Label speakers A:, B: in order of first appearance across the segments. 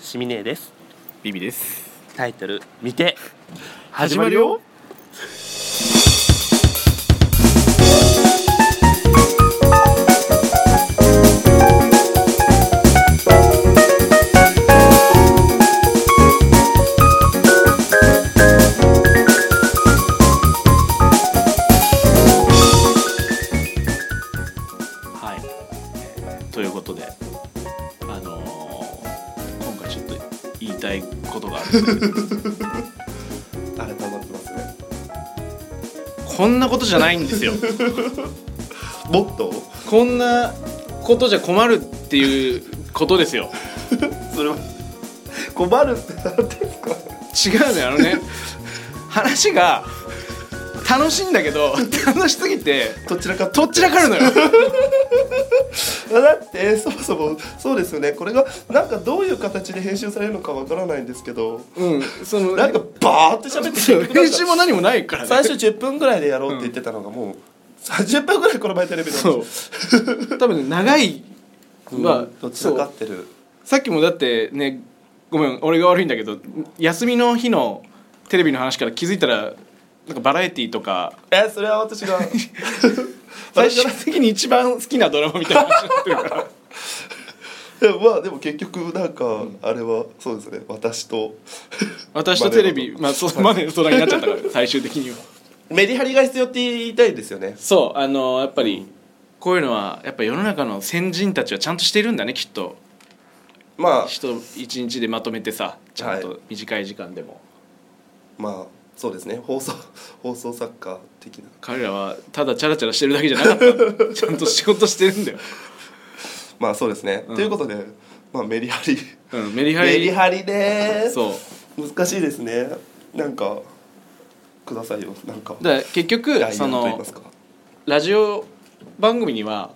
A: シミネです
B: ビビです
A: タイトル見て
B: 始まるよはいということであのー今回ちょっと言いたいことがあるんですけど
C: あれ溜まってますね
B: こんなことじゃないんですよ
C: もっと
B: こんなことじゃ困るっていうことですよ
C: それは困るってなんですか
B: 違うのよあのね話が楽しいんだけど楽しすぎて
C: どちらか
B: とっちらかるのよ
C: だってそもそもそうですよねこれがなんかどういう形で編集されるのかわからないんですけど
B: うんその
C: なんかバーって喋って
B: そう
C: て
B: 編集も何もないからね
C: 最初10分ぐらいでやろうって言ってたのがもう30分ぐらいこの前テレビで
B: そう多分ね長いまあ、
C: どち
B: そ
C: ら
B: う
C: かってる
B: さっきもだってねごめん俺が悪いんだけど休みの日のテレビの話から気づいたらなんかバラエティーとか
C: えそれは私が
B: 最終的に一番好きなドラマみたいな話になってるから
C: いや まあでも結局なんかあれはそうですね私と
B: 私とテレビまあそうまで空になっちゃった から最終的には
C: メリハリが必要って言いたいですよね
B: そうあのやっぱりこういうのはやっぱ世の中の先人たちはちゃんとしてるんだねきっと
C: まあ
B: 人一日でまとめてさちゃん
C: は
B: と短い時間でも、
C: まあそうですね放送 放送作家的な
B: 彼らはただチャラチャラしてるだけじゃなか ったちゃんと仕事してるんだよ、
C: まあそうですね、
B: うん
C: ということで、まあ、メリハリ
B: うん、メリハリ
C: メリハリね
B: そう
C: 難しいですねなんかくださいよなんか
B: だから結局
C: 概要
B: そ
C: と言い
B: の
C: ますか
B: ラジオ番組には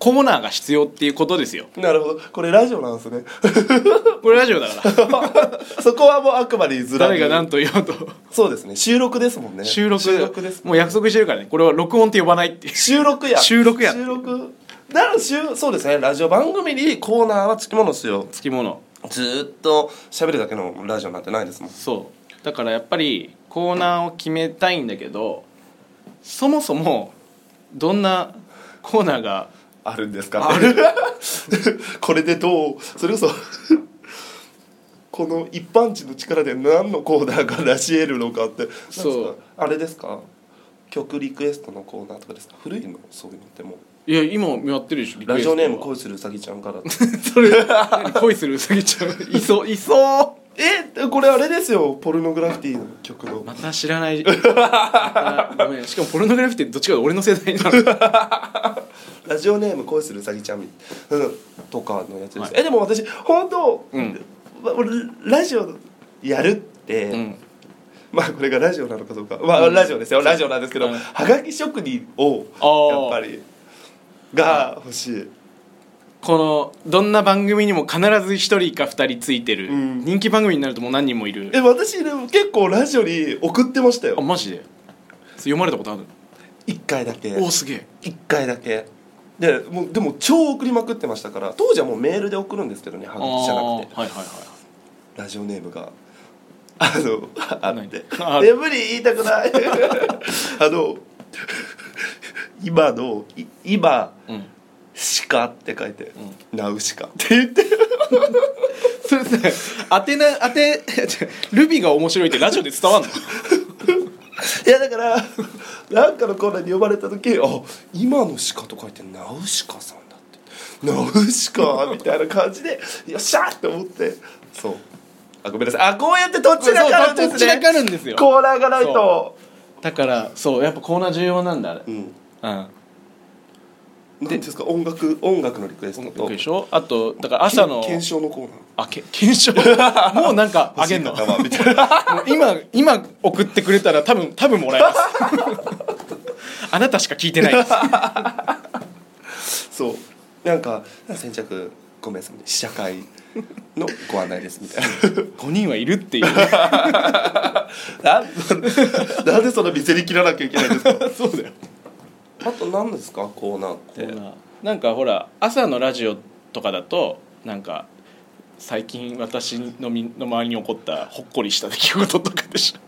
B: コーナーが必要っていうことですよ
C: なるほどこれラジオなんですね
B: これラジオだから
C: そこはもうあくまでずら
B: 誰が何
C: と
B: と言おうと
C: そうですね収録ですもんね
B: 収録
C: 収録です
B: もう約束してるからねこれは録音って呼ばないっていう
C: 収録や
B: 収録や
C: 収録なら収そうですねラジオ番組にコーナーはつきものですよ
B: つきもの
C: ずーっと喋るだけのラジオなんてないですもん
B: そうだからやっぱりコーナーを決めたいんだけどそもそもどんなコーナーが
C: あるんですかね これでどうそれこそ この一般人の力で何のコーナーが成し得るのかって
B: そう
C: なんですかあれですか曲リクエストのコーナーとかですか古いのそういうのってもう
B: いや今やってるでしょリクエ
C: ラ
B: ス
C: ジ
B: ト
C: オ
B: は
C: ネーム恋するうさぎちゃん から
B: それ何恋するうさぎちゃんいそういそう
C: えこれあれですよポルノグラフィティの曲の、
B: また知らない またごめんしかもポルノグラフィティどっちかが俺の世代なの
C: ラジオネーム恋するうさぎちゃんみうんとかのやつです、
B: はい
C: えでも私本当、
B: うん
C: わ俺ラジオやるって、
B: うん
C: まあこれがラジオなのかどうかまあラジオですよラジオなんですけど
B: はい
C: はがき職人を
B: あー
C: やっぱりが欲しい
B: このどんな番組にも必ず一人か二人ついてる、
C: うん
B: 人気番組になるともう何人もいる
C: え私でも結構ラジオに送ってました
B: あ
C: よ
B: マジで読まれたことある
C: 一回だけ
B: おおすげえ
C: 一回だけでもうでも超送りまくってましたから当時はもうメールで送るんですけどねは
B: あ
C: がきじゃな
B: ー
C: くて
B: はいはいはい
C: ラジオネームがあのあって
B: 何あ
C: 眠り言いたくないあの今のい今
B: うん
C: シカって書いて、ナウシカって言って
B: それさ当てな当て ルビが面白いってラジオで伝わんの
C: いやだからなんかのコーナーに呼ばれた時「あ今のシカ」と書いて「ナウシカさんだ」って「ナウシカ」みたいな感じで「よっしゃ!」って思ってそうあごめんなさいあこうやってどっちらかるんです
B: そう
C: ね
B: どっちらかるんですよ
C: コーナーがないと
B: だからそうやっぱコーナー重要なんだあれ
C: う
B: うん、
C: ん何ですか音楽音楽のリクエストと
B: でしょあとだから朝の
C: け検証のコーナー
B: あけ検証 もうなんかあげんの
C: 欲しい方はみたい な
B: もう 今今送ってくれたら多分多分もらえます あなたしか聞いてない です
C: そうなんか先着ごめんなさい試写会のご案内ですみたいな
B: 5人はいるっていう
C: な なんでそんな見せに切らなきゃいけないんですか
B: そうだよ
C: あと何ですかコーナーっ
B: こん
C: て
B: ななんかほら朝のラジオとかだとなんか最近私の身の周りに起こったほっこりした出来事とかでしょ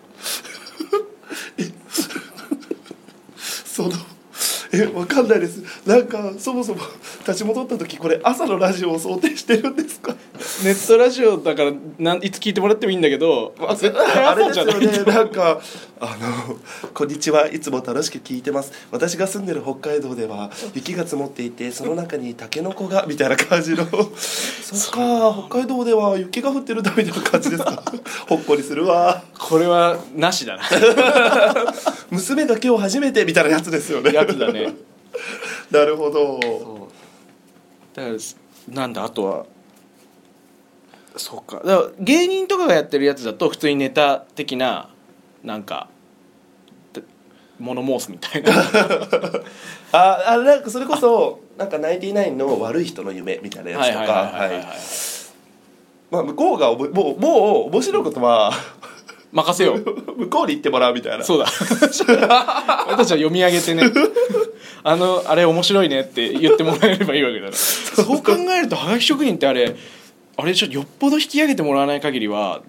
C: そのえわかんないですなんかそもそも立ち戻った時これ朝のラジオを想定してるんですか
B: ネットラジオだからなんいつ聞いてもらってもいいんだけど絶対
C: あれ
B: 朝
C: です
B: じゃ
C: よ
B: ない
C: ねなんかあの「こんにちはいつも楽しく聞いてます私が住んでる北海道では雪が積もっていてその中にタケノコが」みたいな感じの「そっか北海道では雪が降ってるんだ」みたいな感じです かほっこりするわ
B: これはなしだな
C: 娘が今日初めてみたいなやつですよ ね
B: やつだね
C: なるほど
B: だからなんだあとはそうかだから芸人とかがやってるやつだと普通にネタ的ななんかて物申すみたいな
C: ああなんかそれこそなんかナインティナインの悪い人の夢みたいなやつとかはいまあ向こうがおぼもうもう面白いことは
B: 任せよう
C: 向こうに行ってもらうみたいな
B: そうだ俺たちは読み上げてねあのあれ面白いねって言ってもらえればいいわけだからそう考えるとはがき職人ってあれあれちょっとよっぽど引き上げてもらわない限りは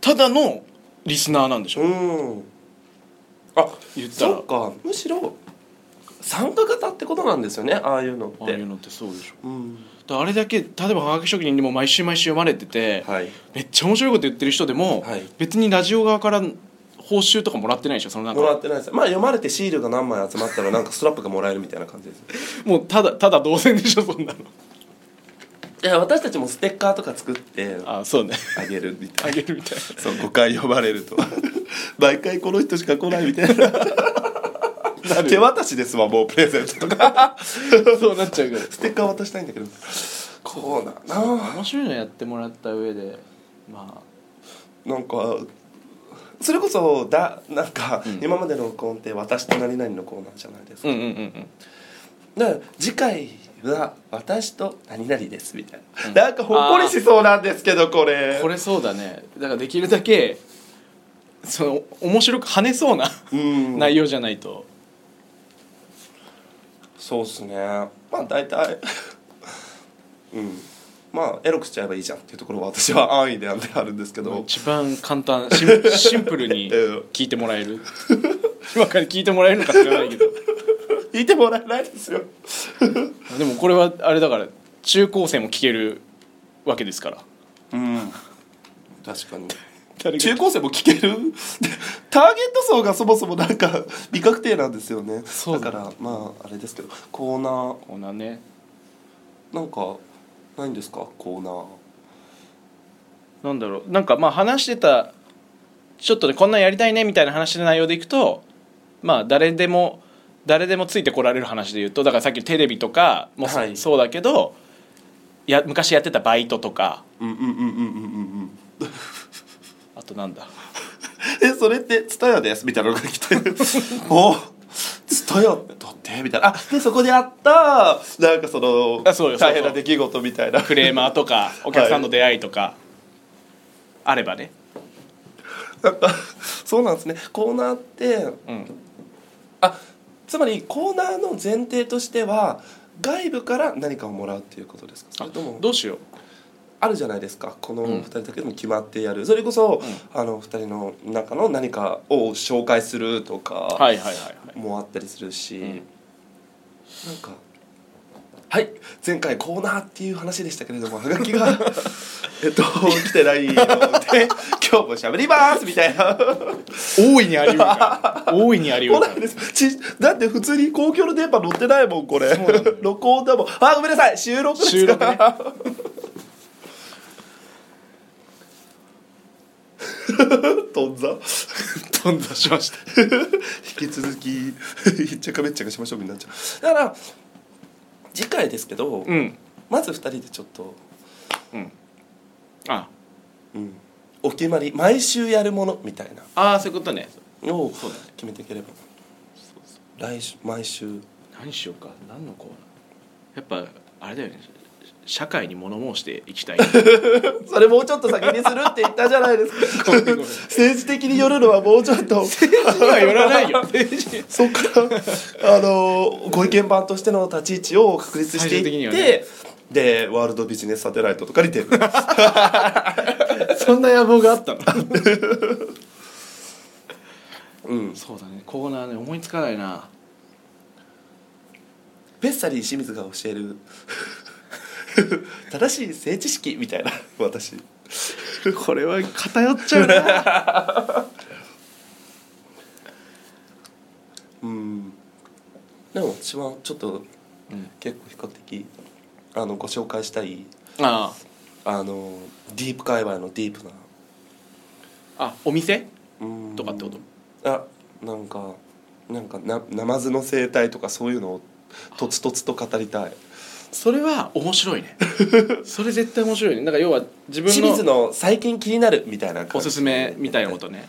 B: ただのリスナーなんでしょ、
C: うんあ
B: 言ったら
C: そっかむしろ参加型ってことなんですよねああいうのって
B: ああいうのってそうでしょ
C: うん
B: だからあれだけ例えばはがき職人にも毎週毎週読まれてて、
C: はい
B: めっちゃ面白いこと言ってる人でも、
C: はい
B: 別にラジオ側から報酬とかもらってないでしょそのなんか
C: もらってないですまあ読まれてシールが何枚集まったらなんかストラップがもらえるみたいな感じです
B: もうただただ同然でしょそんなの
C: いや私たちもステッカーとか作って
B: あそうね
C: あげるみた
B: あ
C: いな
B: げるみたいな
C: そう5回呼ばれると 毎回この人しか来ないみたいな
B: る
C: 手渡しですわもうプレゼントと か
B: そうなっちゃうから
C: ステッカー渡したいんだけどこうだな
B: 面白いのやってもらった上でま
C: なんかそれこそだなんか、
B: うん
C: 今までのコーンって私と何々のコーナーじゃないです
B: あ
C: か、
B: うんうん
C: だから次回は私と何々ですみたいな、
B: うん
C: なんかほっこりしそうなんですけどこれ
B: これそうだねだからできるだけその面白く跳ねそうな
C: うん
B: 内容じゃないと、
C: そうっすねまあ大体うんまあエロくしちゃえばいいじゃんっていうところは私は安易であってあるんですけど、
B: 一番簡単シンシンプル に聞いてもらえる 今から聞いてもらえるのか知らないけど
C: 聞いてもらえないですよ
B: でもこれはあれだから中高生も聞けるわけですから
C: うん確 かに
B: 誰
C: 中高生も聞ける ターゲット層がそもそもなんか 未確定なんですよね
B: そうだ
C: だからまああれですけどコーナー
B: こんなね
C: なんかないんですかコーナー
B: なんだろうなんかまあ話してたちょっとねこんなんやりたいねみたいな話の内容でいくとまあ誰でも誰でもついてこられる話で言うとだからさっきのテレビとかもそ,、
C: はい
B: そうだけどや昔やってたバイトとか
C: うんうんうんうんうんうんうん
B: あとなんだ
C: えそれって「ツタヤです」みたいなのが 来て「おツタヤだって」みたいなあでそこであったなんかその
B: あそうよそうそう
C: 大変な出来事みたいな
B: クレーマーとかお客さんの出会いとか、あればね、
C: なんかそうなんですねコーナーって
B: うん、
C: あつまりコーナーの前提としては外部から何かをもらうっていうことですかそれとも
B: どうしよう
C: あるじゃないですかこの
B: うん
C: 2人だけでも決まってやる、それこそ、あの2人の中の何かを紹介するとか、
B: はいはいはいはい
C: もあったりするし、
B: ん
C: なんかはい前回コーナーっていう話でしたけれどもはが きがえっと来てないので今日もしゃべりますみたいな
B: 大いにありうる から大いにありう
C: 来
B: るか
C: な
B: ら
C: いですちだって普通に公共の電波乗ってないもんこれ
B: そうなのよ
C: 録音だもんあごめんなさい収録ですから、 とんざ
B: どんどんしました
C: 引き続き ひっちゃかめっちゃかしましょうみんなっちゃうだから次回ですけど、
B: うん
C: まず2人でちょっと、
B: うんあ
C: うん、お決まり毎週やるものみたいな
B: あーそういうことね
C: を
B: そうだね
C: 決めていければ来週毎週
B: 何しようか何のコーナーやっぱあれだよね社会に物申していきたい
C: それもうちょっと先にするって言ったじゃないですか
B: ごめんごめん
C: 政治的によるのはもうちょっと
B: 今寄らないよ政治
C: そっからあのご意見番としての立ち位置を確立して
B: 最終的に
C: いっ
B: は
C: て、
B: ね
C: でワールドビジネスサテライトとかに出る
B: そんな野望があったの
C: う ん
B: そうだねコーナーね思いつかないな
C: ペッサリー清水が教える 正しい性知識みたいな私
B: これは偏っちゃうな
C: うんでも私はちょっと
B: うん
C: 結構比較的あのご紹介したい
B: あ
C: あのディープ界隈のディープな
B: ああお店
C: うん
B: とかってこと
C: あなんかなんかなナマズの生態とかそういうのをとつとつと語りたい
B: それは面白い ねそれ絶対面白いねなんか要は自分
C: 清水
B: の
C: の最近気になるみたいな感
B: お
C: じ
B: すすめみたいなことね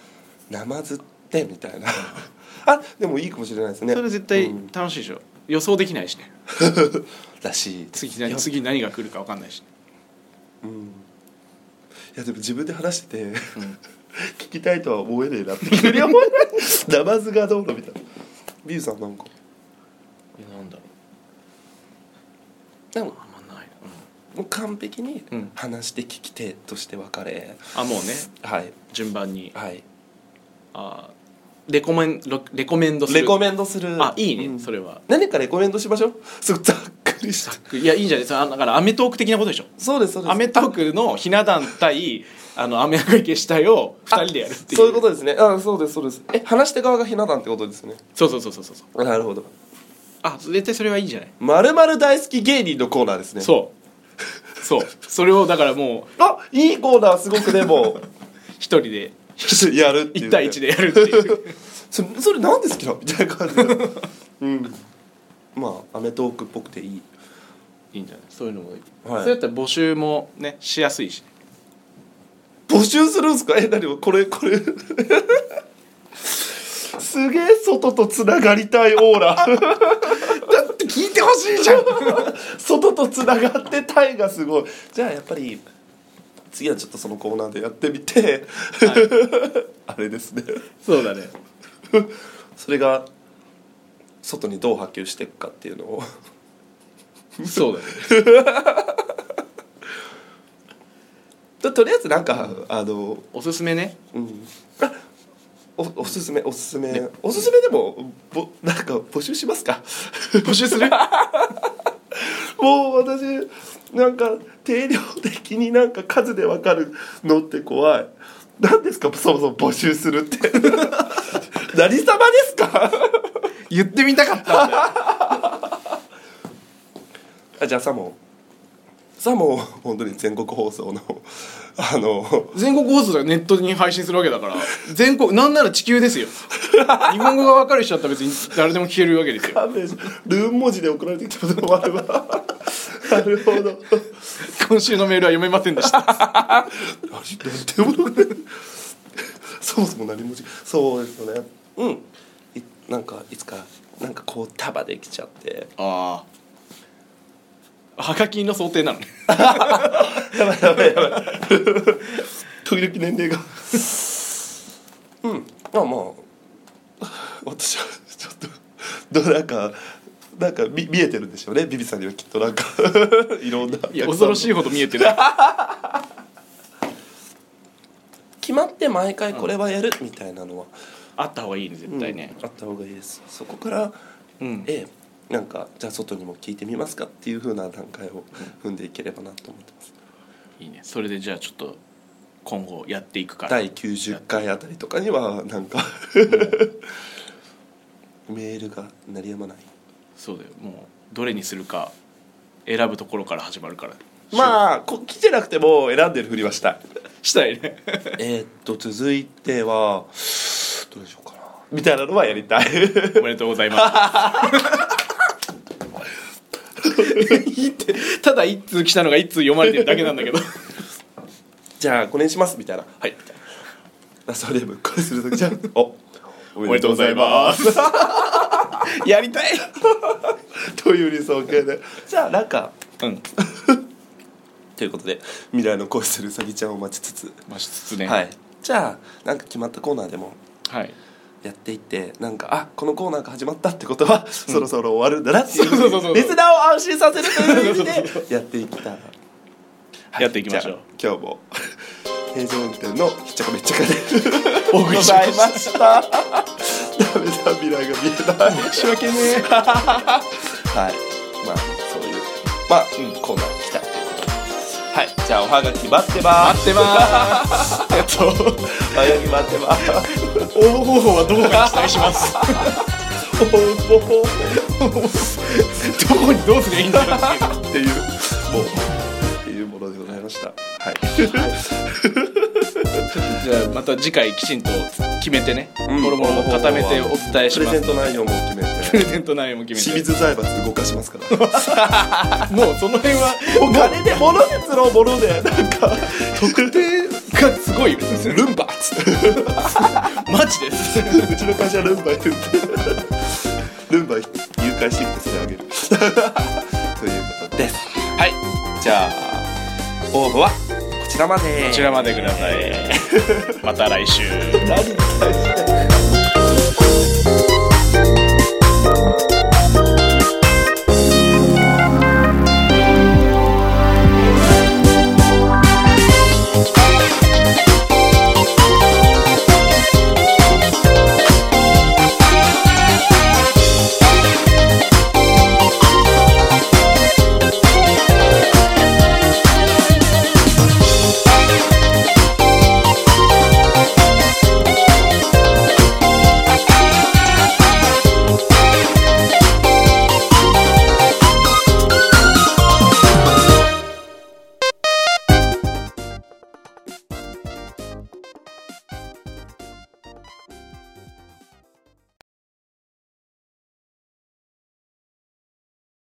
C: ナマズってみた いなあでもいいかもしれないですね
B: それ絶
C: う
B: 対
C: ん
B: 楽しいでしょ予想できないしね
C: らしい
B: 次何次何が来るか分かんないし、
C: うんいやでも自分で話してて、
B: ん
C: 聞きたいとは思えねえ なって 急に思えないナマズがどうのみたいなビューさんなんか
B: えなんだろ
C: でもも
B: うあんまないな、
C: う完璧に
B: うん
C: 話して聞き手として別れ、
B: あもうね
C: はい
B: 順番に
C: はい
B: あレコメンロレコメンドする
C: レコメンドする
B: あいいね、
C: うん
B: それは
C: 何かレコメンドしましょうすごいざっくりした
B: いやいいんじゃないですかだからアメトーク的なことでしょ
C: そうですそうです
B: アメトークのひな壇対あの雨上がり消したいを2人でやるっていう
C: そういうことですねあそうですそうですえ話して側がひな壇ってことですね
B: そうそうそうそうそう
C: なるほど
B: あ絶対それはいいんじゃない、
C: まるまる大好き芸人のコーナーですねう
B: そうそうそれをだからも
C: あいいコーナーすごくでも
B: う一人で
C: やるっていう
B: 1対1でやるっていう
C: それそれなんですけどみたいな感じでうんまあアメトークっぽくていい
B: いいんじゃないそういうのもいい、
C: はい
B: それだったら募集もねしやすいし
C: 募集するんですかえ何もこれ これすげえ外とつながりたいオーラ
B: だって聞いてほしいじゃん
C: 外とつながってたいがすごいじゃあやっぱり次はちょっとそのコーナーでやってみて、 あれですね
B: そうだね
C: それが外にどう波及していくかっていうのを
B: そうだね
C: ととりあえずなんか、あの
B: おすすめね
C: うんあおおすすめおすすめ、おすすめでもぼなんか募集しますか
B: 募集する
C: もう私なんか定量的になんか数で分かるのって怖い何ですかそもそも募集するって 何様ですか
B: 言ってみたかったんだよ
C: あじゃあサモンサモン本当に全国放送のあの
B: 全国放送でネットに配信するわけだから全国なんなら地球ですよ日本語が分かる人だったら別に誰でも聞けるわけですよ
C: 勘弁しルーン文字で送られてきたこともあれば なるほど
B: 今週のメールは読めませんで した
C: あれなんてものそもそも何も違うそうですよねうんいなんかいつかなんかこう束できちゃって
B: ああはがきの想定なのね
C: やばいやばいやばい時々年齢がうんまあまあ私はちょっとどうなんかなんか見見えてるんでしょうねビビさんにはきっとなん かいろんない
B: や恐ろしいほど見えてる
C: 決まって毎回これはやるみたいなのは
B: あった方がいいね絶対ね
C: うんあった方がいいですそこから
B: うん、
C: ええなんかじゃあ外にも聞いてみますかっていうふうな段階を踏んでいければなと思ってます
B: いいねそれでじゃあちょっと今後やっていくから
C: 第90回あたりとかにはなんか メールが鳴りやまない
B: そうだよもうどれにするか選ぶところから始まるからあ
C: まあこ来てなくても選んでるふりはしたい
B: したいね
C: えーっと続いてはどうでしょうかなみたいなのはやりた い
B: おめでとうございますいいって ただ一通来たのが一通読まれてるだけなんだけ ど
C: じゃあこれにしますみたいな
B: はい
C: ラストネームこれするときじゃあ おお
B: おめでとうご ざいます やりたい
C: すという理想形でじゃあなんか
B: うん
C: ということで未来の恋するうさぎちゃんを待ちつつ
B: まあしつつね
C: はいじゃあなんか決まったコーナーでも
B: はい
C: やっていってなんかあこのコーナーが始まったってことは、そろそろ終わるんだなっていう
B: そうそうそうそう
C: リスナーを安心させるという意味でやっていきたい、は
B: やっていきましょう
C: じゃあ今日も平常運転のひっちゃかめっちゃかで
B: お
C: ご
B: 送りしま
C: ざい
B: し
C: ましたダメだ未来が見えない
B: た申し訳ねえ
C: はい、まあそういうまあ、うん、コーナー来たということではい、じゃあおはがき待ってま
B: 待
C: す
B: ってまーすえっと
C: おはがき待ってます
B: 応募方法はどこかに記載します
C: 応募
B: どこにどうすりゃいいんだろうっていう
C: っていうもうっていうものでございましたはい、
B: じゃあまた次回きちんと決めてね、
C: うん
B: もろもろも固めてお伝えし
C: プレ
B: ま
C: ゼ
B: す
C: ント内容も決め
B: プ
C: て
B: レゼント内容も決
C: 清
B: めて
C: 水財閥動かしますから
B: もうその辺は
C: お金で物で釣ろう物でなんか
B: 特定がすごいよ
C: ルンバっつって
B: マジです
C: うちの会社ルンバいるんでルンバ誘拐してきてそれあげる ということですはいじゃあ応募はこちらまで
B: こちらまでくださいまた来週
C: 何に対して